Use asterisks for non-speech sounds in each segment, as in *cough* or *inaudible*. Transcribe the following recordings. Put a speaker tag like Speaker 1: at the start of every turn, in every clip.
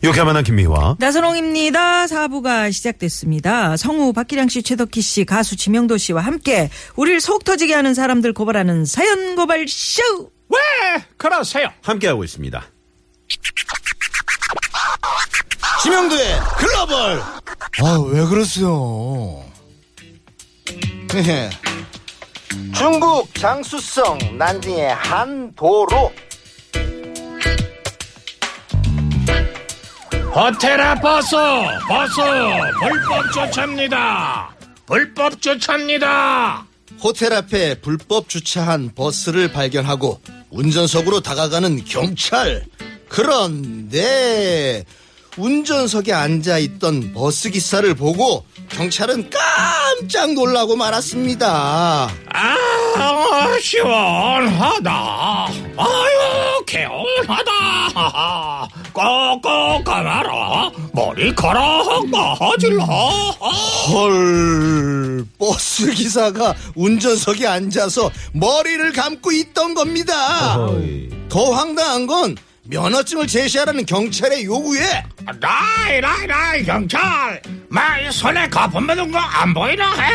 Speaker 1: 이렇게 만난 김미화.
Speaker 2: 나선홍입니다. 사부가 시작됐습니다. 성우 박기량 씨, 최덕희 씨, 가수 지명도 씨와 함께 우리를 속 터지게 하는 사람들 고발하는 사연 고발 쇼.
Speaker 3: 왜 그러세요?
Speaker 1: 함께하고 있습니다.
Speaker 4: 지명도의 글로벌 아 왜 그러세요
Speaker 5: 중국 장수성 난징의 한 도로
Speaker 3: 호텔아 버스 버스 불법 주차입니다. 불법 주차입니다.
Speaker 4: 호텔 앞에 불법 주차한 버스를 발견하고 운전석으로 다가가는 경찰. 그런데 운전석에 앉아 있던 버스 기사를 보고 경찰은 깜짝 놀라고 말았습니다.
Speaker 3: 아 어, 시원하다. 아유 개운하다. 꼭꼭 가마라 머리 걸어 꺼질러.
Speaker 4: 헐, 버스 기사가 운전석에 앉아서 머리를 감고 있던
Speaker 1: 아.
Speaker 4: 겁니다.
Speaker 1: 어이.
Speaker 4: 더 황당한 건 면허증을 제시하라는 경찰의 요구에
Speaker 3: 나이 나이 나이 경찰 말 손에 거품 묻은 거 안 보이나 해?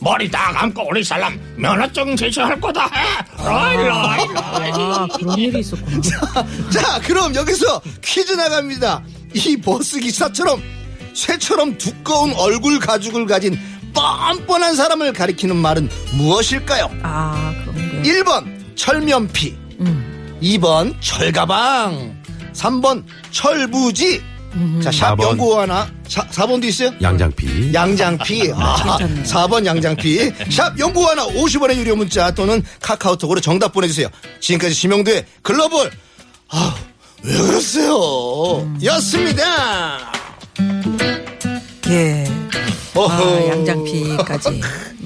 Speaker 3: 머리 다 감고 우리 사람 면허증 제시할 거다 해. 라이 라이 라이.
Speaker 2: 아 그런 일이 있었구나.
Speaker 4: 자, 그럼 여기서 퀴즈 나갑니다. 이 버스 기사처럼 쇠처럼 두꺼운 얼굴 가죽을 가진 뻔뻔한 사람을 가리키는 말은 무엇일까요?
Speaker 2: 아 그런 게.
Speaker 4: 1번 철면피,
Speaker 2: 음.
Speaker 4: 2번 철가방, 3번 철부지. 자, 샵
Speaker 1: 4번.
Speaker 4: 연구 하나. 자, 4번도 있어요?
Speaker 1: 양장피.
Speaker 4: 양장피. 아, 4번 양장피. 샵 연구 하나 50원의 유료 문자 또는 카카오톡으로 정답 보내주세요. 지금까지 지명도의 글로벌. 아, 왜 그러세요? 였습니다.
Speaker 2: 예. 아
Speaker 4: 어허.
Speaker 2: 양장피까지.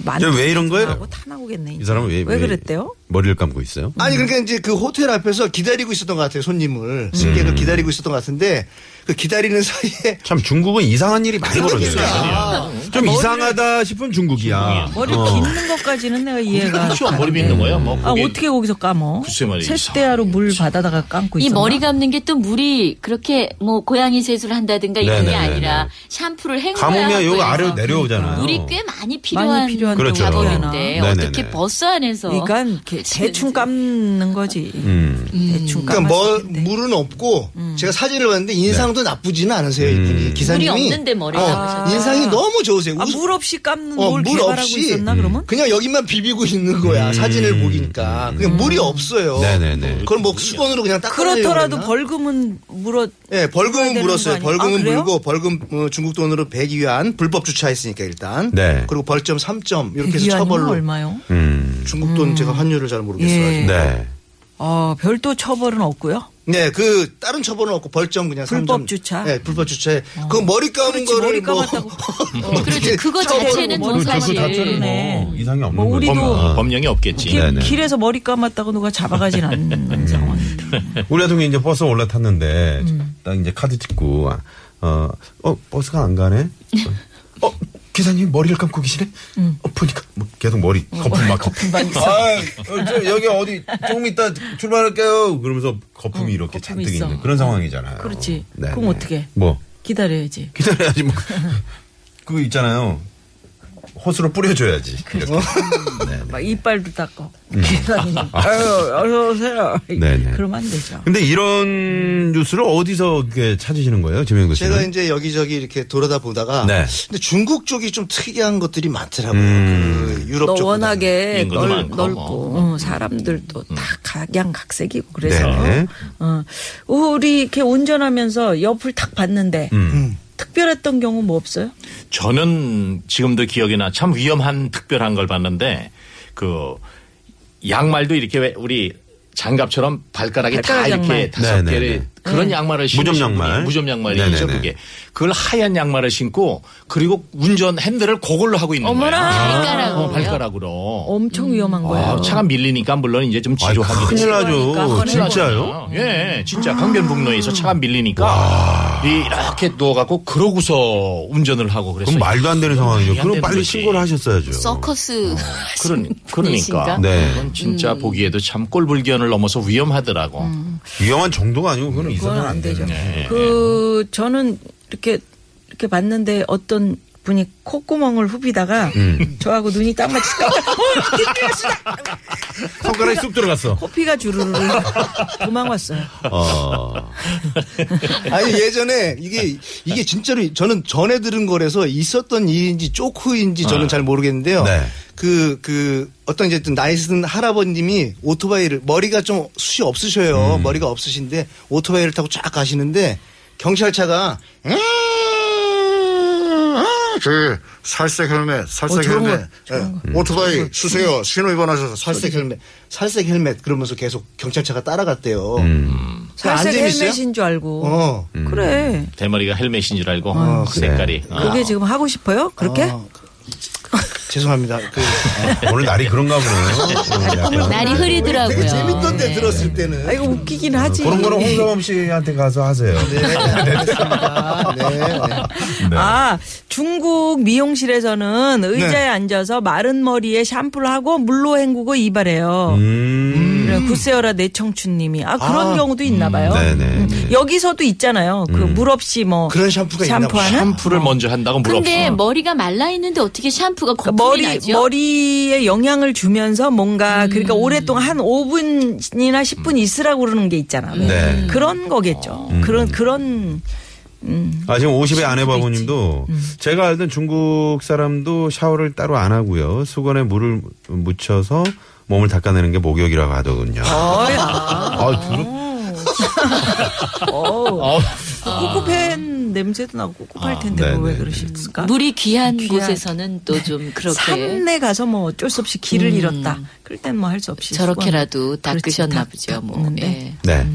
Speaker 2: 많이
Speaker 1: 저왜 이런 거예요?
Speaker 2: 하고 타나오겠네.
Speaker 1: 이 사람은 아, 뭐, 왜,
Speaker 2: 왜 그랬대요?
Speaker 1: 머리를 감고 있어요?
Speaker 4: 아니 그러니까 이제 그 호텔 앞에서 기다리고 있었던 것 같아요 손님을 승객을 기다리고 있었던 것 같은데 그 기다리는 사이에
Speaker 1: 참 중국은 이상한 일이 많이 벌어져요. 아, 좀 이상하다 싶으면 그러니까. 중국이야.
Speaker 2: 머리 를 빗는 것까지는 내가 이해가.
Speaker 3: 시원 머리 빗는 거예요? 뭐
Speaker 2: 아 어떻게 거기서 감어?
Speaker 3: 글쎄 말이야,
Speaker 2: 세대야로 물 받아다가 감고 있어.
Speaker 6: 이 머리 감는 게 또 물이 그렇게 뭐 고양이 세수를 한다든가 이런 게
Speaker 1: 네네네네.
Speaker 6: 아니라 샴푸를 헹궈야
Speaker 1: 감으면
Speaker 6: 하고
Speaker 1: 여기
Speaker 6: 해서
Speaker 1: 아래로 내려오잖아요.
Speaker 6: 물이 꽤 많이 필요한,
Speaker 2: 많이 필요한
Speaker 1: 그렇죠.
Speaker 6: 작업인데
Speaker 1: 경우구나. 네네네.
Speaker 6: 어떻게 버스 안에서
Speaker 2: 그러니까 이렇게 대충 감는 거지.
Speaker 1: 음.
Speaker 2: 대충 감.
Speaker 4: 그러니까 뭐 물은 없고 제가 사진을 봤는데 인상도 나쁘지는 않으세요 이분이 기사님이
Speaker 6: 물이 없는데 머리를
Speaker 4: 어,
Speaker 6: 감으셨다.
Speaker 4: 인상이 너무 좋으세요
Speaker 2: 아,
Speaker 4: 웃-
Speaker 2: 물 없이 감는
Speaker 4: 음? 어,
Speaker 2: 뭘
Speaker 4: 물
Speaker 2: 개발하고
Speaker 4: 없이.
Speaker 2: 있었나 그러면?
Speaker 4: 그냥 여기만 비비고 있는 거야 사진을 보니까 그냥 물이 없어요
Speaker 1: 음. 네네네.
Speaker 4: 그걸 뭐 수건으로 그냥 딱
Speaker 2: 음. 그렇더라도 벌금은 물어
Speaker 4: 예, 벌금은
Speaker 2: 되는
Speaker 4: 물었어요.
Speaker 2: 거 아니에요?
Speaker 4: 벌금은
Speaker 2: 아, 그래요?
Speaker 4: 물고 벌금 어, 중국 돈으로 100 위안 불법 주차했으니까 일단.
Speaker 1: 네.
Speaker 4: 그리고 벌점 3점 이렇게 해서
Speaker 2: 위안이면
Speaker 4: 처벌로
Speaker 2: 얼마요?
Speaker 1: 음.
Speaker 4: 중국 돈 제가 환율을 잘 모르겠어요.
Speaker 2: 예.
Speaker 4: 아직.
Speaker 1: 네.
Speaker 2: 어, 별도 처벌은 없고요.
Speaker 4: 네, 그 다른 처벌은 없고 벌점 그냥
Speaker 2: 불법
Speaker 4: 3점.
Speaker 2: 주차? 어.
Speaker 4: 네, 불법 주차에 그 머리 감은
Speaker 2: 그렇지,
Speaker 4: 거를
Speaker 2: 머리
Speaker 4: 뭐 *laughs*
Speaker 2: 감았다고.
Speaker 4: 어떻게
Speaker 6: 그렇지 그거
Speaker 4: 처벌을
Speaker 6: 자체는
Speaker 2: 뭐
Speaker 6: 좀
Speaker 2: 그거
Speaker 6: 사실
Speaker 2: 자체는 네.
Speaker 1: 이상이 없는
Speaker 2: 뭐
Speaker 1: 거예요.
Speaker 2: 우리도
Speaker 1: 범- 어.
Speaker 3: 법령이 없겠지.
Speaker 2: 길,
Speaker 1: 네네. 음.
Speaker 2: 길에서 머리 감았다고 누가
Speaker 1: *laughs*
Speaker 2: 잡아가진 않는 상황.
Speaker 1: 우리 같은 경우 이제 버스 올라탔는데
Speaker 2: 음.
Speaker 1: 딱 이제 카드 찍고 어, 어 버스가 안 가네. 어, 어, 기사님 머리를 감고 계시네.
Speaker 2: 음.
Speaker 1: 어 보니까 뭐 계속 머리
Speaker 2: 어,
Speaker 1: 거품 막 거품 막. 아, 저 여기 어디 조금 있다 출발할게요. 그러면서 거품이 이렇게
Speaker 2: 거품이
Speaker 1: 잔뜩
Speaker 2: 있어.
Speaker 1: 있는 그런 상황이잖아요.
Speaker 2: 그렇지.
Speaker 1: 네,
Speaker 2: 그럼
Speaker 1: 네.
Speaker 2: 어떡해?
Speaker 1: 뭐
Speaker 2: 기다려야지.
Speaker 1: 기다려야지 뭐 그거 있잖아요. 호스로 뿌려줘야지. 이렇게. 네, 네.
Speaker 2: 막 이빨도 닦고.
Speaker 1: *laughs*
Speaker 2: 계단이. 아유, 어서 오세요.
Speaker 1: 네네.
Speaker 2: 그러면 안 되죠.
Speaker 1: 근데 이런 뉴스를 어디서 이렇게 찾으시는 거예요, 지명도 씨는?
Speaker 4: 제가 이제 여기저기 이렇게 돌아다 보다가
Speaker 1: 네.
Speaker 4: 근데 중국 쪽이 좀 특이한 것들이 많더라고요.
Speaker 1: 음.
Speaker 4: 그
Speaker 2: 너
Speaker 4: 유럽 쪽.
Speaker 2: 워낙에
Speaker 3: 인구도
Speaker 2: 넓,
Speaker 1: 뭐.
Speaker 3: 많고,
Speaker 2: 넓고 어, 사람들도 다 각양각색이고 그래서
Speaker 1: 음. 네.
Speaker 2: 어, 우리 이렇게 운전하면서 옆을 탁 봤는데
Speaker 1: 음.
Speaker 4: 음.
Speaker 2: 특별했던 경우 뭐 없어요?
Speaker 3: 저는 지금도 기억이 나. 참 위험한 특별한 걸 봤는데 그 양말도 이렇게 왜 우리 장갑처럼 발가락이 다
Speaker 2: 발가락
Speaker 3: 이렇게
Speaker 2: 양말.
Speaker 3: 다섯
Speaker 1: 네, 네,
Speaker 3: 개를
Speaker 1: 네.
Speaker 7: 그런 양말을 신고
Speaker 1: 무좀 양말.
Speaker 7: 무좀 양말이죠
Speaker 1: 네네네.
Speaker 7: 그게 그걸 하얀 양말을 신고 그리고 운전 핸들을 그걸로 하고 있는
Speaker 6: 어머나.
Speaker 7: 거예요.
Speaker 6: 발가락으로요?
Speaker 7: 어, 발가락으로.
Speaker 2: 엄청 위험한
Speaker 3: 음.
Speaker 2: 거예요.
Speaker 7: 아, 차가 밀리니까 물론 이제 좀
Speaker 1: 아이,
Speaker 7: 지루하게
Speaker 1: 큰일
Speaker 6: 그러니까
Speaker 1: 나죠. 진짜요?
Speaker 7: 예, 진짜 강변북로에서 차가 밀리니까 이- 이렇게 누워갖고 그러고서 운전을 하고 그랬어요.
Speaker 1: 그럼 말도 안 되는 상황이죠.
Speaker 7: 말이 안
Speaker 1: 그럼
Speaker 7: 되는
Speaker 1: 빨리
Speaker 7: 거지.
Speaker 1: 신고를 하셨어야죠.
Speaker 6: *laughs* 서커스.
Speaker 7: 그러니, 그러니까.
Speaker 6: 분이신가?
Speaker 1: 네.
Speaker 7: 그건 진짜 보기에도 참 꼴불견을 넘어서 위험하더라고.
Speaker 1: 위험한 정도가 아니고 그거는
Speaker 2: 그건
Speaker 1: 있어서는
Speaker 2: 안
Speaker 1: 안 되죠.
Speaker 2: 되죠. 그 저는 이렇게 이렇게 봤는데 어떤 분이 콧구멍을 후비다가 저하고 눈이 딱 맞으니까 어, 뒷뜰렸어.
Speaker 1: 손가락이 쑥 *laughs* 들어갔어.
Speaker 2: 코피가 주르르 도망왔어요.
Speaker 1: 어.
Speaker 4: 아니 예전에 이게 이게 진짜로 저는 전에 들은 거라서 있었던 일인지 조크인지 저는 잘 모르겠는데요.
Speaker 1: 네.
Speaker 4: 그 그 어떤 이제 좀 나이 든 할아버님이 오토바이를 머리가 좀 숱이 없으셔요. 머리가 없으신데 오토바이를 타고 쫙 가시는데 경찰차가 음,
Speaker 8: 그 살색 헬멧,
Speaker 2: 어,
Speaker 8: 살색 헬멧. 예, 오토바이
Speaker 2: 음.
Speaker 8: 쓰세요. 신호 위반하셔서
Speaker 4: 살색 헬멧, 살색 헬멧 그러면서 계속 경찰차가 따라갔대요. 그거 안
Speaker 2: 살색
Speaker 4: 재밌어요?
Speaker 2: 헬멧인 줄 알고.
Speaker 4: 어.
Speaker 2: 그래.
Speaker 7: 대머리가 헬멧인 줄 알고 음, 색깔이. 아,
Speaker 3: 아.
Speaker 2: 그게 지금 하고 싶어요? 그렇게?
Speaker 4: 어. 죄송합니다. 그
Speaker 1: 오늘 날이 그런가 보네요. 어, 약간.
Speaker 6: 날이 흐리더라고요.
Speaker 4: 되게 재밌던데 들었을 때는.
Speaker 2: 아 이거 웃기긴 하지. 네.
Speaker 1: 그런 거는 홍서범 씨한테 가서 하세요.
Speaker 4: 네, 알겠습니다. 네. 네.
Speaker 2: 아 중국 미용실에서는 의자에 앉아서 마른 머리에 샴푸를 하고 물로 헹구고 이발해요.
Speaker 1: 음.
Speaker 2: 그래, 구세어라 내 청춘님이 아 그런
Speaker 4: 아,
Speaker 2: 경우도 있나봐요.
Speaker 1: 네네.
Speaker 2: 여기서도 있잖아요. 그 물 없이 뭐
Speaker 4: 그런 샴푸가 있나 보다.
Speaker 2: 샴푸하는
Speaker 7: 샴푸를 먼저 한다고 물어봤어.
Speaker 6: 근데 머리가 말라 있는데 어떻게 샴푸가 거품이
Speaker 2: 그러니까 머리
Speaker 6: 나죠? 음.
Speaker 2: 머리에 영향을 주면서 뭔가 그러니까 오랫동안 한 5분이나 10분 있으라고 그러는 게 있잖아. 음.
Speaker 1: 네.
Speaker 2: 그런 거겠죠. 그런 그런
Speaker 1: 아, 지금 음. 50의 아내바보님도 제가 알던 중국 사람도 샤워를 따로 안 하고요. 수건에 물을 묻혀서 몸을 닦아내는 게 목욕이라고 하더군요. 아, 두루-
Speaker 2: 어. 꿉꿉한 냄새도 나고 꿉꿉할 텐데
Speaker 1: 아,
Speaker 2: 그걸
Speaker 1: 네네.
Speaker 2: 왜 그러실까?
Speaker 6: 물이 귀한,
Speaker 2: 귀한-
Speaker 6: 곳에서는 또
Speaker 2: *laughs*
Speaker 6: 좀 그렇게 음.
Speaker 2: 산내 가서 뭐 어쩔 수 없이 길을 잃었다. 그럴 땐 뭐 할 수 없이
Speaker 6: 저렇게라도
Speaker 2: 수건. 그렇지,
Speaker 6: 닦으셨나
Speaker 2: 닦-
Speaker 6: 보죠. 뭐.
Speaker 2: 닦는데.
Speaker 6: 예.
Speaker 1: 네.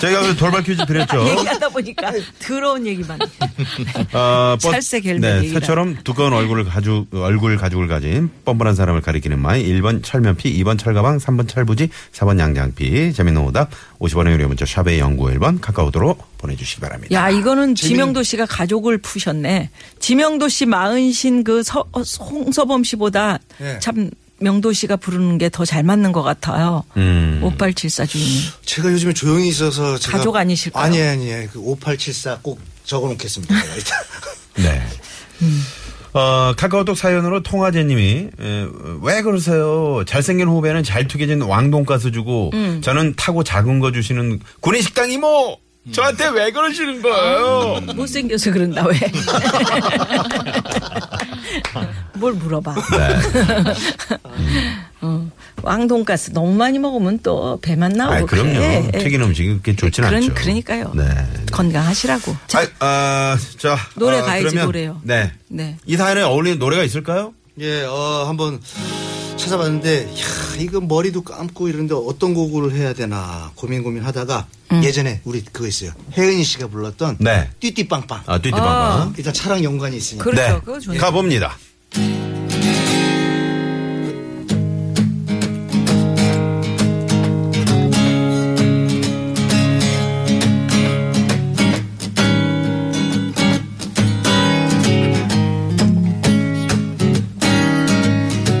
Speaker 1: 저희가 그 돌발 퀴즈 드렸죠.
Speaker 2: *laughs* 얘기하다 보니까 더러운 얘기만.
Speaker 1: 아, 뻔-
Speaker 2: 살색 헬멧
Speaker 1: 네,
Speaker 2: 얘기라.
Speaker 1: 새처럼 두꺼운 얼굴을 가죽 얼굴 가죽을 가진 뻔뻔한 사람을 가리키는 말 1번 철면피, 2번 철가방, 3번 철부지, 4번 양장피. 재밌는 오답 50원의 유료 문자 샵의 0951번 카카오도로 보내 주시기 바랍니다.
Speaker 2: 야, 이거는 지명도 씨가 가족을 푸셨네. 지명도 씨, 마은신 그 서, 어, 홍서범 씨보다
Speaker 4: 네.
Speaker 2: 참 명도 씨가 부르는 게 더 잘 맞는 것 같아요.
Speaker 1: 음.
Speaker 2: 5874 주인님.
Speaker 4: 제가 요즘에 조용히 있어서 제가
Speaker 2: 가족 아니실까요?
Speaker 4: 아니 아니 아니. 그5874꼭 적어놓겠습니다. *laughs* 제가 일단.
Speaker 1: 네.
Speaker 2: 음.
Speaker 1: 어, 카카오톡 사연으로 통화제님이 에, 왜 그러세요? 잘생긴 후배는 잘 튀겨진 왕돈가스 주고
Speaker 2: 음.
Speaker 1: 저는 타고 작은 거 주시는 군인 식당 이모 저한테 왜 그러시는 거예요?
Speaker 2: 아. 못생겨서
Speaker 1: *laughs*
Speaker 2: 그런다, 왜. 뭘 물어봐. 어,
Speaker 1: 네.
Speaker 2: 왕돈가스 너무 많이 먹으면 또 배만 나오고.
Speaker 1: 아, 그럼요.
Speaker 2: 그래. 예.
Speaker 1: 튀긴 음식이 그렇게 좋진
Speaker 2: 그런-
Speaker 1: 않죠.
Speaker 2: 그러니까요.
Speaker 1: 네.
Speaker 2: 건강하시라고.
Speaker 1: 아, 아, 자
Speaker 2: 노래
Speaker 1: 아,
Speaker 2: 가야지,
Speaker 1: 그러면,
Speaker 2: 노래요.
Speaker 1: 네.
Speaker 2: 네.
Speaker 1: 이 사연에 어울리는 노래가 있을까요?
Speaker 4: 예, 어, 한번 찾아봤는데, 야, 이거 머리도 감고 이러는데 어떤 곡을 해야 되나 고민 고민 하다가 예전에 우리 그거 있어요. 혜은이 씨가 불렀던
Speaker 1: 네.
Speaker 4: 띠띠빵빵.
Speaker 1: 아, 띠띠빵빵.
Speaker 4: 일단 차랑 연관이 있으니까.
Speaker 2: 그렇죠.
Speaker 1: 네.
Speaker 2: 그거 좋네요.
Speaker 1: 가봅니다.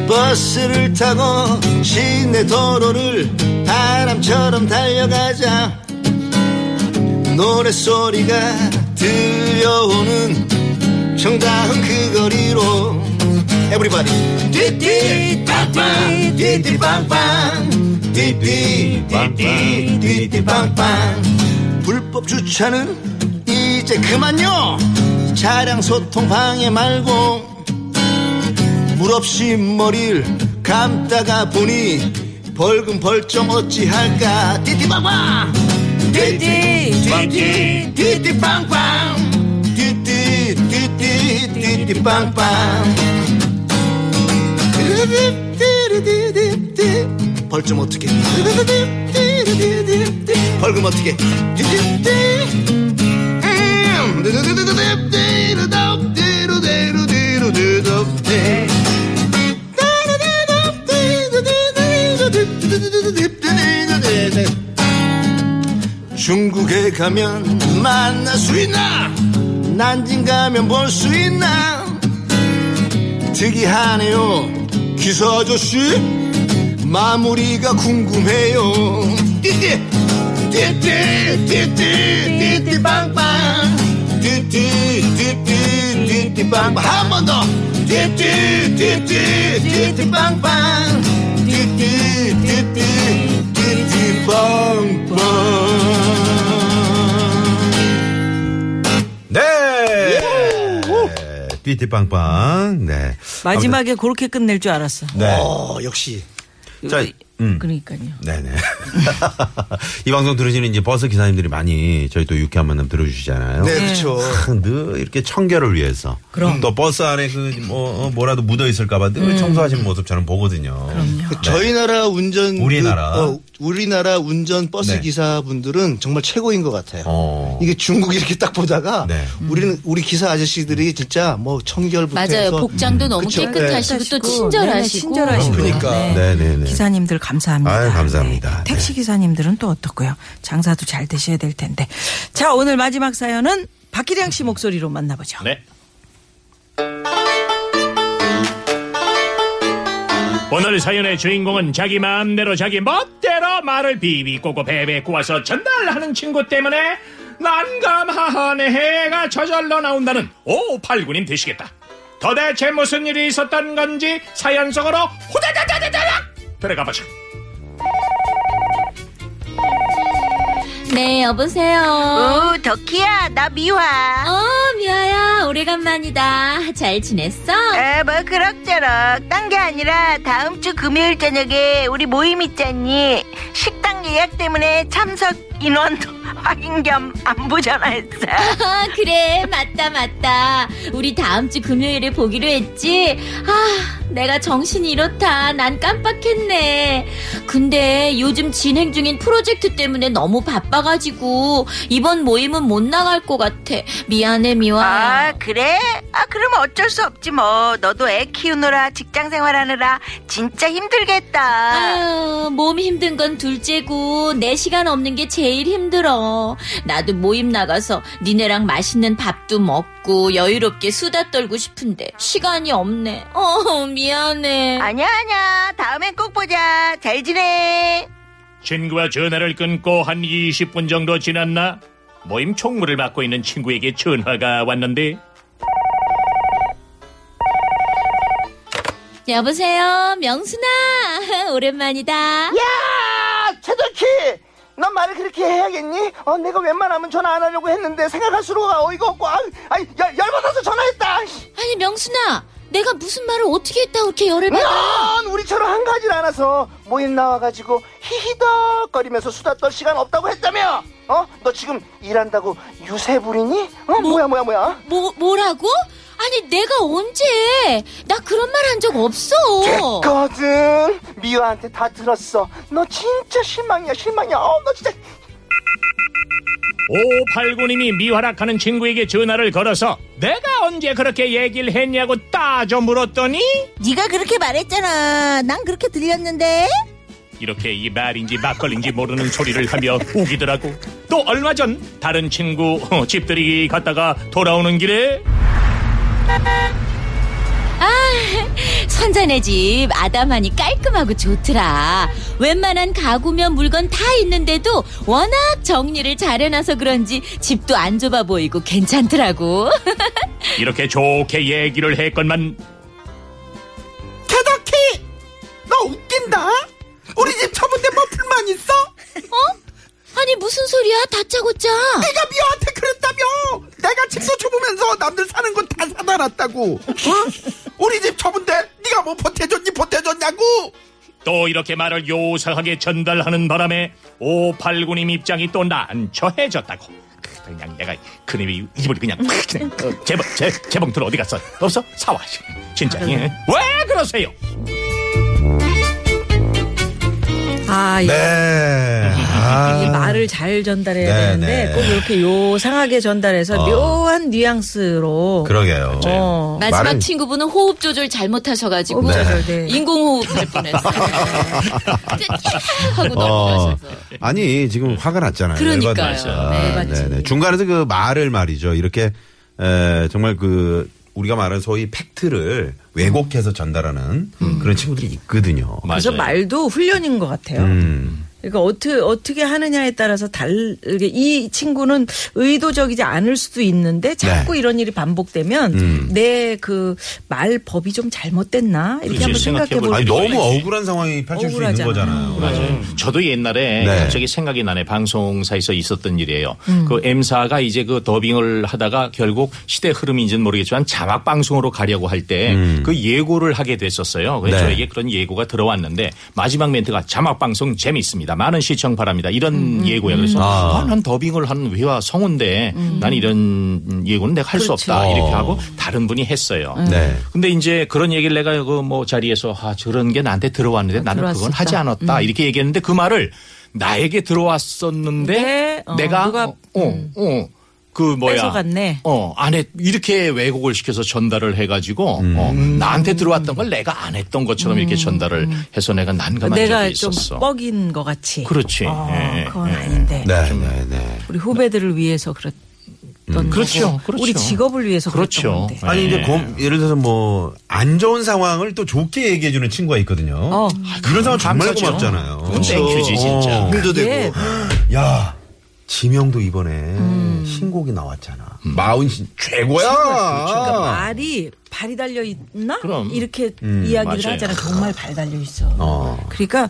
Speaker 4: 버스를 타고 시내 도로를 바람처럼 달려가자 노랫소리가 들려오는 정다운 그 거리로 에브리바디 띠띠빵빵 띠띠빵빵 띠띠띠띠 띠띠빵빵 불법 주차는 이제 그만요 차량 소통 방해 말고 물 없이 머리를 감다가 보니 벌금 벌점 어찌할까 띠띠빵빵 띠띠 띠띠빵빵 띠띠 띠띠 띠띠빵빵 띠리디디디 벌점 어떻게 벌금 어떻게? 중국에 가면 만날 수 있나? 난징 가면 볼 수 있나? 특이하네요 기사 아저씨 마무리가 궁금해요 띠띠 띠띠 띠띠 띠띠 빵빵 띠띠 띠띠 띠띠 빵빵 한 번 더 띠띠 띠띠 띠띠 빵빵 띠띠 띠띠 띠띠 빵빵
Speaker 1: 네. 띠띠빵빵. 네.
Speaker 2: 예. 마지막에 그렇게 끝낼 줄 알았어.
Speaker 1: 아무튼, 네.
Speaker 4: 어 역시
Speaker 1: 자, 음.
Speaker 2: 그러니까요.
Speaker 1: 네네. *laughs* 이 방송 들으시는 이제 버스 기사님들이 많이 저희 또 유쾌한 만남 들어주시잖아요.
Speaker 4: 네 그렇죠
Speaker 1: 아, 늘 이렇게 청결을 위해서
Speaker 2: 그럼. 음.
Speaker 1: 또 버스 안에 그뭐 뭐라도 묻어 있을까봐 늘 청소하시는 모습 저는 보거든요.
Speaker 4: 그 저희 나라 운전 그,
Speaker 1: 우리나라.
Speaker 4: 어, 우리나라 운전 버스
Speaker 1: 네.
Speaker 4: 기사분들은 정말 최고인 것 같아요.
Speaker 1: 어.
Speaker 4: 이게 중국 이렇게 딱 보다가
Speaker 1: 네.
Speaker 4: 우리는 우리 기사 아저씨들이 진짜 뭐 청결부터
Speaker 6: 맞아요.
Speaker 4: 해서
Speaker 6: 복장도 너무
Speaker 4: 그쵸.
Speaker 6: 깨끗하시고 또 친절하시고.
Speaker 2: 친절하시고.
Speaker 4: 그러니까.
Speaker 1: 네네네.
Speaker 2: 기사님들 감사합니다.
Speaker 1: 아유, 감사합니다.
Speaker 2: 네. 택시 기사님들은 또 어떻고요? 장사도 잘 되셔야 될 텐데. 자, 오늘 마지막 사연은 박기량 씨 목소리로 만나보죠.
Speaker 7: 네. 오늘 사연의 주인공은 자기 마음대로 자기 멋대로 말을 비비꼬고 베베 꼬아서 전달하는 친구 때문에 난감하네 해가 저절로 나온다는 오팔구님 되시겠다. 도대체 무슨 일이 있었던 건지 사연 속으로 후다다다다닥 들어가보자.
Speaker 6: 네, 여보세요.
Speaker 9: 오, 덕희야, 나 미화.
Speaker 6: 어, 미아야. 오래간만이다. 잘 지냈어?
Speaker 9: 에, 뭐, 그럭저럭. 딴 게 아니라, 다음 주 금요일 저녁에 우리 모임 있잖니. 식당 예약 때문에 참석 인원도 *laughs* 확인 겸 안부 전화했어.
Speaker 6: 아, 그래. 맞다, 맞다. 우리 다음 주 금요일에 보기로 했지? 아, 내가 정신이 이렇다. 난 깜빡했네. 근데 요즘 진행 중인 프로젝트 때문에 너무 바빠가지고 이번 모임은 못 나갈 것 같아. 미안해, 미화.
Speaker 9: 아, 그래? 아, 그럼 어쩔 수 없지, 뭐. 너도 애 키우느라, 직장 생활하느라, 진짜 힘들겠다.
Speaker 6: 아유, 몸 힘든 건 둘째고 내 시간 없는 게 제일 힘들어. 나도 모임 나가서 니네랑 맛있는 밥도 먹고 여유롭게 수다 떨고 싶은데 시간이 없네. 어, 미안해.
Speaker 9: 아니야, 아니야. 다음엔 꼭 보자. 잘 지내.
Speaker 3: 친구와 전화를 끊고 한 20분 정도 지났나? 모임 총무를 맡고 있는 친구에게 전화가 왔는데
Speaker 6: 여보세요, 명순아. *laughs* 오랜만이다.
Speaker 4: 음.
Speaker 9: 예.
Speaker 5: 야, 최덕희, 넌 말을 그렇게 해야겠니? 어, 내가 웬만하면 전화 안 하려고 했는데 생각할수록 어이가 없고, 아, 아, 열 열받아서 전화했다.
Speaker 6: 아니, 명순아. 내가 무슨 말을 어떻게 했다고 이렇게 열을 받아?
Speaker 5: 넌 우리처럼 한 가지를 안 와서 모임 나와가지고 히히덕거리면서 수다 떨 시간 없다고 했다며? 어? 너 지금 일한다고 유세 부리니? 어, 뭐야, 뭐야, 뭐야?
Speaker 6: 뭐, 뭐라고? 아니, 내가 언제? 나 그런 말 한 적 없어.
Speaker 5: 됐거든. 미화한테 다 들었어. 너 진짜 실망이야, 실망이야. 어, 너 진짜.
Speaker 3: 오팔구님이 미활약하는 친구에게 전화를 걸어서 내가 언제 그렇게 얘기를 했냐고 따져 물었더니
Speaker 9: 네가 그렇게 말했잖아. 난 그렇게 들렸는데.
Speaker 3: 이렇게 이 말인지 막걸리인지 모르는 소리를 하며 우기더라고. 또 얼마 전 다른 친구 어, 집들이 갔다가 돌아오는 길에
Speaker 6: 선자네 집 아담하니 깔끔하고 좋더라. 웬만한 가구면 물건 다 있는데도 워낙 정리를 잘해놔서 그런지 집도 안 좁아 보이고 괜찮더라고. *laughs* 어?
Speaker 3: 이렇게 좋게 얘기를 했건만
Speaker 5: 태덕희! 너 웃긴다? 우리 집 처분된 머플만 있어?
Speaker 6: 아니 무슨 소리야? 다짜고짜.
Speaker 5: 내가 미화한테 그랬다며! 내가 직소 줘보면서 남들 사는 건 다 사다 놨다고! 어? 우리 집 처분데 네가 뭐 보태줬니 보태줬냐고!
Speaker 3: 또 이렇게 말을 요사하게 전달하는 바람에 오팔구님 입장이 또 난처해졌다고. 그냥 내가 그놈이 입을 그냥 확 그냥 어, 재봉 재, 재봉틀 어디 갔어? 없어? 사와. 진짜. 예. 왜 그러세요?
Speaker 2: 아, 예.
Speaker 1: 네. 아,
Speaker 2: 이 말을 잘 전달해야
Speaker 1: 네,
Speaker 2: 되는데
Speaker 1: 네.
Speaker 2: 꼭 이렇게 요상하게 전달해서
Speaker 1: 어.
Speaker 2: 묘한 뉘앙스로
Speaker 1: 그러게요.
Speaker 2: 어.
Speaker 6: 마지막
Speaker 1: 말은-
Speaker 6: 친구분은 호흡 조절 잘못하셔가지고
Speaker 2: 호흡 조절, 네.
Speaker 6: 인공호흡 할 뻔했어요. 하고
Speaker 1: 어,
Speaker 6: 넘어가셔서.
Speaker 1: 아니 지금 화가 났잖아요.
Speaker 6: 그러니까요.
Speaker 1: 열받았어요.
Speaker 6: 네.
Speaker 1: 아, 네, 네. 중간에서 그 말을 말이죠. 이렇게 에, 정말 그 우리가 말하는 소위 팩트를 왜곡해서 전달하는 그런 친구들이 있거든요.
Speaker 2: 그래서 말도 훈련인 것 같아요.
Speaker 1: 음.
Speaker 2: 그러니까 어떻게 어떻게 하느냐에 따라서 달 이게 이 친구는 의도적이지 않을 수도
Speaker 1: 네.
Speaker 2: 있는데 자꾸 이런 일이 반복되면
Speaker 1: 음.
Speaker 2: 내 그 말 법이 좀 잘못됐나 이렇게
Speaker 3: 그렇지,
Speaker 2: 한번 생각해
Speaker 3: 생각해볼
Speaker 2: 볼
Speaker 1: 아니
Speaker 3: 때.
Speaker 1: 너무 억울한 상황이 펼칠 수
Speaker 2: 음. 억울하잖아.
Speaker 1: 있는 거잖아요.
Speaker 3: 저도 옛날에
Speaker 1: 음. 네.
Speaker 3: 갑자기 생각이 나네 방송사에서 있었던 일이에요. 그 M사가 이제 그 더빙을 하다가 결국 시대 흐름인지는 모르겠지만 자막 방송으로 가려고 할 때 그 예고를 하게 됐었어요.
Speaker 1: 음.
Speaker 3: 그래서
Speaker 1: 네.
Speaker 3: 저에게 그런 예고가 들어왔는데 마지막 멘트가 자막 방송 재미있습니다. 많은 시청 바랍니다. 이런 예고야. 그래서
Speaker 1: 아.
Speaker 3: 아, 난 더빙을 하는 회화 성우인데 난 이런 예고는 내가 할 수 없다 이렇게
Speaker 1: 어.
Speaker 3: 하고 다른 분이 했어요.
Speaker 1: 네.
Speaker 3: 근데 이제 그런 얘기를 내가 그 뭐 자리에서 아 저런 게 나한테 들어왔는데 나는 그건
Speaker 6: 들어왔었다.
Speaker 3: 하지 않았다
Speaker 2: 음.
Speaker 3: 이렇게 얘기했는데 그 말을 나에게 들어왔었는데
Speaker 2: 네, 어,
Speaker 3: 내가
Speaker 2: 누가,
Speaker 3: 어, 어, 어, 그 뭐야
Speaker 2: 뺏어갔네.
Speaker 3: 어, 안 했, 이렇게 왜곡을 시켜서 전달을 해가지고, 어, 나한테 들어왔던 걸 내가 안 했던 것처럼 이렇게 전달을 해서 내가 난감한
Speaker 2: 음. 내가
Speaker 3: 적이
Speaker 2: 좀
Speaker 3: 그 있었어.
Speaker 2: 뻑인 것 같이.
Speaker 3: 그렇지.
Speaker 2: 어,
Speaker 3: 예,
Speaker 2: 그건
Speaker 3: 예.
Speaker 2: 아닌데.
Speaker 1: 네, 네, 네.
Speaker 2: 우리 후배들을 위해서 그랬던 거고
Speaker 3: 그렇죠, 그렇죠.
Speaker 2: 우리 직업을 위해서 그랬던
Speaker 3: 그렇죠.
Speaker 2: 건데.
Speaker 3: 네.
Speaker 1: 아니 이제 곰, 예를 들어서 뭐 안 좋은 상황을 또 좋게 얘기해 주는 친구가 있거든요.
Speaker 2: 어.
Speaker 1: 이런 상황 정말
Speaker 3: 감사죠.
Speaker 1: 고맙잖아요. 어.
Speaker 3: 그건 땡큐지, 진짜.
Speaker 4: 일도 되고.
Speaker 2: 예.
Speaker 1: 야 지명도 이번에 신곡이 나왔잖아. 음. 마흔 신
Speaker 2: 그러니까
Speaker 4: 아.
Speaker 1: 최고야.
Speaker 2: 말이 발이 달려 있나?
Speaker 3: 그럼.
Speaker 2: 이렇게
Speaker 4: 음.
Speaker 2: 이야기를
Speaker 3: 맞아요.
Speaker 2: 하잖아. 정말 발 달려 있어.
Speaker 1: 어.
Speaker 2: 그러니까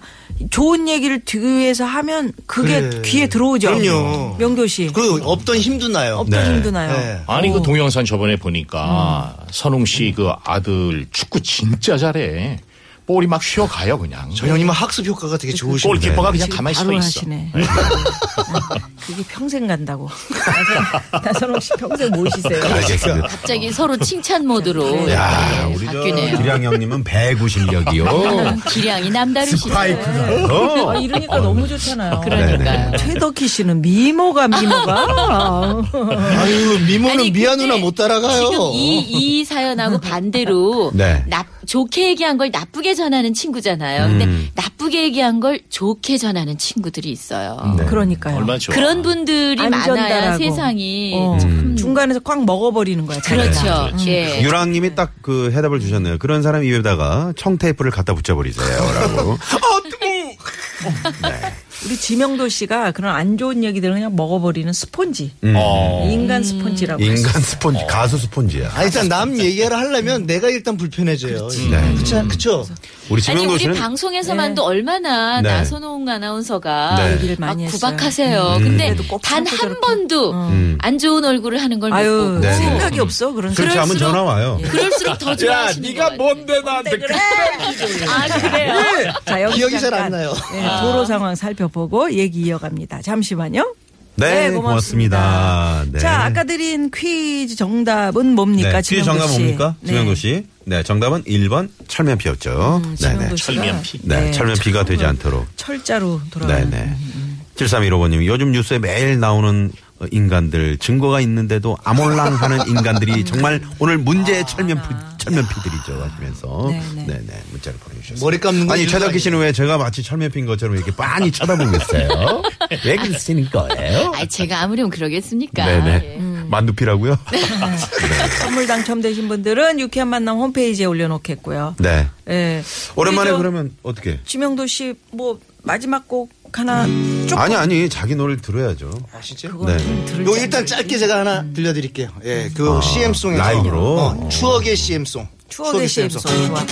Speaker 2: 좋은 얘기를 뒤에서 하면 그게
Speaker 4: 그래.
Speaker 2: 귀에 들어오죠.
Speaker 4: 그럼요.
Speaker 2: 명도 씨.
Speaker 4: 그리고 없던 힘도 나요.
Speaker 2: 없던
Speaker 1: 네.
Speaker 2: 힘도 나요.
Speaker 4: 네.
Speaker 3: 아니
Speaker 2: 어.
Speaker 3: 그 동영상 저번에 보니까
Speaker 2: 음.
Speaker 3: 선웅 씨 그 아들 축구 진짜 잘해. 볼이 막 휘어가요 그냥.
Speaker 4: 저 형님은 학습 효과가 되게 좋으신데.
Speaker 3: 골키퍼가 그냥 가만히 서
Speaker 2: 바로
Speaker 3: 있어.
Speaker 2: 하시네. 그게 평생 간다고. *laughs* 나선홍 씨 평생 모시세요.
Speaker 1: 알겠습니다.
Speaker 6: 갑자기 서로 칭찬 모드로
Speaker 1: 야,
Speaker 6: 네,
Speaker 1: 우리 저
Speaker 6: 바뀌네요.
Speaker 1: 기량 형님은 배구 실력이요. 어?
Speaker 6: 기량이 남다르시죠.
Speaker 2: 아,
Speaker 1: 파이프가.
Speaker 2: 이러니까 너무 좋잖아요.
Speaker 6: 그러니까요.
Speaker 2: 네. 최덕희 씨는 미모가 미모가.
Speaker 4: 아유, 미모는
Speaker 6: 아니,
Speaker 4: 미아
Speaker 6: 근데
Speaker 4: 누나 못 따라가요.
Speaker 6: 지금 이, 이 사연하고 반대로
Speaker 1: 네.
Speaker 6: 나, 좋게 얘기한 걸 나쁘게 전하는 친구잖아요. 근데 나쁘게 얘기한 걸 좋게 전하는 친구들이
Speaker 2: 음,
Speaker 6: 있어요.
Speaker 1: 네.
Speaker 2: 그러니까요.
Speaker 3: 얼마나 좋아.
Speaker 6: 그런 분들이
Speaker 2: 안
Speaker 6: 많아야
Speaker 2: 전달하고.
Speaker 6: 세상이
Speaker 1: 음.
Speaker 2: 어,
Speaker 6: 참
Speaker 2: 중간에서 꽉 먹어버리는 거야. 자기가.
Speaker 6: 그렇죠. 예.
Speaker 1: 유랑님이 딱 그 해답을 주셨네요. 그런 사람 입에다가 청테이프를 갖다 붙여버리세요라고.
Speaker 2: 우리 지명도 씨가 그런 안 좋은 얘기들을 그냥 먹어버리는 스폰지.
Speaker 3: 어.
Speaker 2: 인간 스폰지라고. 했어요.
Speaker 1: 음. 인간 스폰지, 가수 스폰지야.
Speaker 4: 아, 일단 남 얘기를 하려면 내가 일단 불편해져요.
Speaker 6: 음.
Speaker 1: 네.
Speaker 4: 그쵸, 그쵸.
Speaker 1: 우리
Speaker 6: 아니
Speaker 1: 지명도
Speaker 6: 우리
Speaker 1: 씨는
Speaker 6: 방송에서만도 얼마나
Speaker 1: 네.
Speaker 6: 나선홍 아나운서가
Speaker 1: 네.
Speaker 2: 얘기를
Speaker 6: 막
Speaker 2: 많이 했어요.
Speaker 6: 구박하세요. 근데
Speaker 2: 그래도 꼭 참고
Speaker 6: 단 한
Speaker 2: 저렇게.
Speaker 6: 번도
Speaker 1: 음.
Speaker 6: 안 좋은 얼굴을 하는 걸 못
Speaker 2: 아유
Speaker 6: 보고
Speaker 1: 네. 그렇죠.
Speaker 2: 생각이 없어 그런
Speaker 1: 그렇지
Speaker 2: 사람.
Speaker 1: 하면 전화 와요.
Speaker 2: 예.
Speaker 6: 그럴수록 더 좋아하시는 거 같아요.
Speaker 3: 뭔데 나한테 그래?
Speaker 6: 아 그래요?
Speaker 2: 네.
Speaker 1: *laughs*
Speaker 2: 자, 여기서
Speaker 4: 기억이 잘안
Speaker 2: 잠깐,
Speaker 4: 나요.
Speaker 2: 예, 도로 상황 살펴보고 얘기 이어갑니다. 잠시만요.
Speaker 1: 네, 고맙습니다. 네.
Speaker 2: 자, 아까 드린 퀴즈 정답은 뭡니까?
Speaker 1: 네, 뒤에
Speaker 2: 지명도
Speaker 1: 정답
Speaker 2: 씨.
Speaker 1: 뭡니까?
Speaker 2: 네.
Speaker 1: 지명도 씨. 네, 정답은 1번 철면피였죠. 네네.
Speaker 2: 음, 지명도 씨가
Speaker 3: 철면피.
Speaker 1: 네, 철면피가 되지 않도록.
Speaker 2: 철자로 돌아가는.
Speaker 1: 네네.
Speaker 2: 음.
Speaker 1: 7315번님, 요즘 뉴스에 매일 나오는 어, 인간들, 증거가 있는데도 아몰랑
Speaker 2: *laughs*
Speaker 1: 하는 인간들이 정말 오늘 문제의 철면피, 철면피들이죠. 하시면서.
Speaker 2: 아, 네. 네네.
Speaker 1: 네네. 문자를 보내주셨습니다.
Speaker 4: 머리 감는 네. 거
Speaker 1: 아니,
Speaker 4: 이런 거
Speaker 1: 최덕기 씨는 왜 제가 마치 철면피인 것처럼 이렇게 빤히
Speaker 2: *laughs*
Speaker 1: 쳐다보겠어요? 왜 그러시는 거예요?
Speaker 6: 아 제가 아무렴 그러겠습니까?
Speaker 1: 네네.
Speaker 6: 예.
Speaker 4: *laughs*
Speaker 1: 만두피라고요?
Speaker 2: 선물 당첨되신 분들은 유쾌한 만남 홈페이지에 올려놓겠고요.
Speaker 1: 네.
Speaker 2: 예.
Speaker 1: 오랜만에
Speaker 2: 우리 저
Speaker 1: 그러면 어떻게?
Speaker 2: 지명도 씨 뭐 마지막 곡 하나 쭉
Speaker 1: 아니 아니 자기 노래를 들어야죠.
Speaker 4: 아, 진짜?
Speaker 1: 네.
Speaker 4: 요 일단 짧게 제가 하나
Speaker 6: 음.
Speaker 4: 들려드릴게요. 예, 그
Speaker 1: 아,
Speaker 4: CM송에서
Speaker 1: 라이브로? 어.
Speaker 4: 추억의 CM송.
Speaker 2: 추억의 CM송 좋아.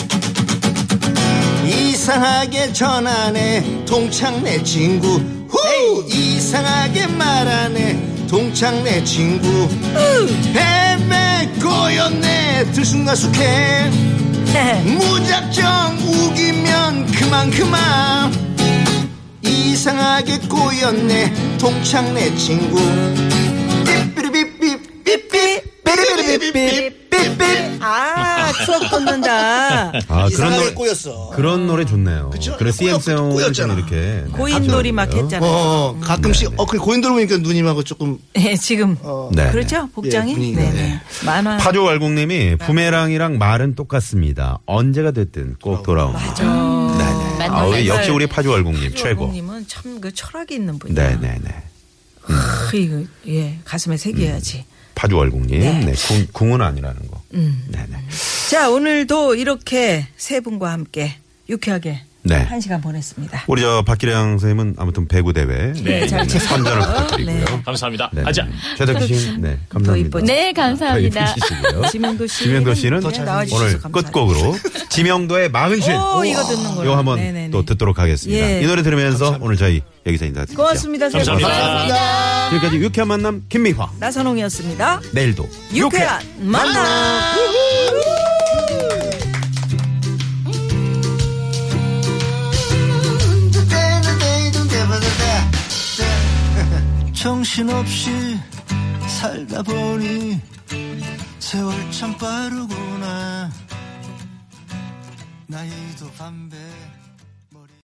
Speaker 4: 이상하게 전하네 동창내 친구 후 이상하게 말하네 동창내 친구 헤매고였네 들쑥날쑥해 무작정 우기면 그만 그만 이상하게 꼬였네 동창내 친구 삐삐삐삐 삐삐 삐삐삐삐 삐삐
Speaker 2: *laughs* 아 추억 돋는다.
Speaker 1: 아 그런
Speaker 4: 이상하게
Speaker 1: 노래
Speaker 4: 꼬였어.
Speaker 1: 그런 노래 좋네요. 그쵸? 그래 CM
Speaker 4: 꼬였-
Speaker 1: 쌤
Speaker 4: 꼬였잖아.
Speaker 1: 이렇게 네,
Speaker 2: 고인돌이 막
Speaker 1: 하죠.
Speaker 4: 어,
Speaker 2: 했잖아요.
Speaker 4: 어, 가끔씩 어, 그 고인돌 보니까 누님하고 조금
Speaker 2: 예, 지금
Speaker 1: 네.
Speaker 2: 그렇죠 복장이
Speaker 4: 예, 분위기가,
Speaker 2: 네, 네. 만화
Speaker 1: 파조월공님이 부메랑이랑 말은 똑같습니다. 언제가 됐든 꼭 돌아옵니다. 네네.
Speaker 6: 맞는
Speaker 1: 아, 우리
Speaker 6: 말씀.
Speaker 1: 역시 우리 파조월공님 최고.
Speaker 2: 님은 참 그 철학이 있는 분이야.
Speaker 1: 네네네.
Speaker 2: 크, 이거 예 가슴에 새겨야지.
Speaker 1: 음. 파주월공님, 네. 궁, 궁은 아니라는 거. 네네.
Speaker 2: 자 오늘도 이렇게 세 분과 함께 유쾌하게
Speaker 1: 네.
Speaker 2: 한 시간 보냈습니다.
Speaker 1: 우리 저 박기량 선생님은 아무튼 배구 대회
Speaker 3: 네, 잘
Speaker 1: 선전을 부탁드리고요.
Speaker 3: 감사합니다.
Speaker 1: 네.
Speaker 3: 가자.
Speaker 1: 최덕기 씨, 네, 감사합니다.
Speaker 2: 이뻐지-
Speaker 6: 네,
Speaker 1: 아,
Speaker 6: 감사합니다.
Speaker 2: *laughs* 지명도 씨,
Speaker 1: 지명도 씨는
Speaker 2: 네, 나와주셔서
Speaker 1: 오늘
Speaker 2: 감사합니다.
Speaker 1: 끝곡으로 지명도의 마흔신.
Speaker 2: 오, 이거 듣는 걸로.
Speaker 1: 이거 한번
Speaker 2: 네네네.
Speaker 1: 또 듣도록 하겠습니다.
Speaker 2: 예.
Speaker 1: 이 노래 들으면서 오늘 저희 여기서 인사드리죠.
Speaker 2: 고맙습니다. 세 분.
Speaker 3: 감사합니다.
Speaker 1: 지금까지 유쾌한 만남 김미화.
Speaker 2: 나선홍이었습니다.
Speaker 1: 내일도
Speaker 2: 유쾌한 만남.
Speaker 5: 음, 정신없이 살다 보니 세월 참 빠르구나 나이도 반배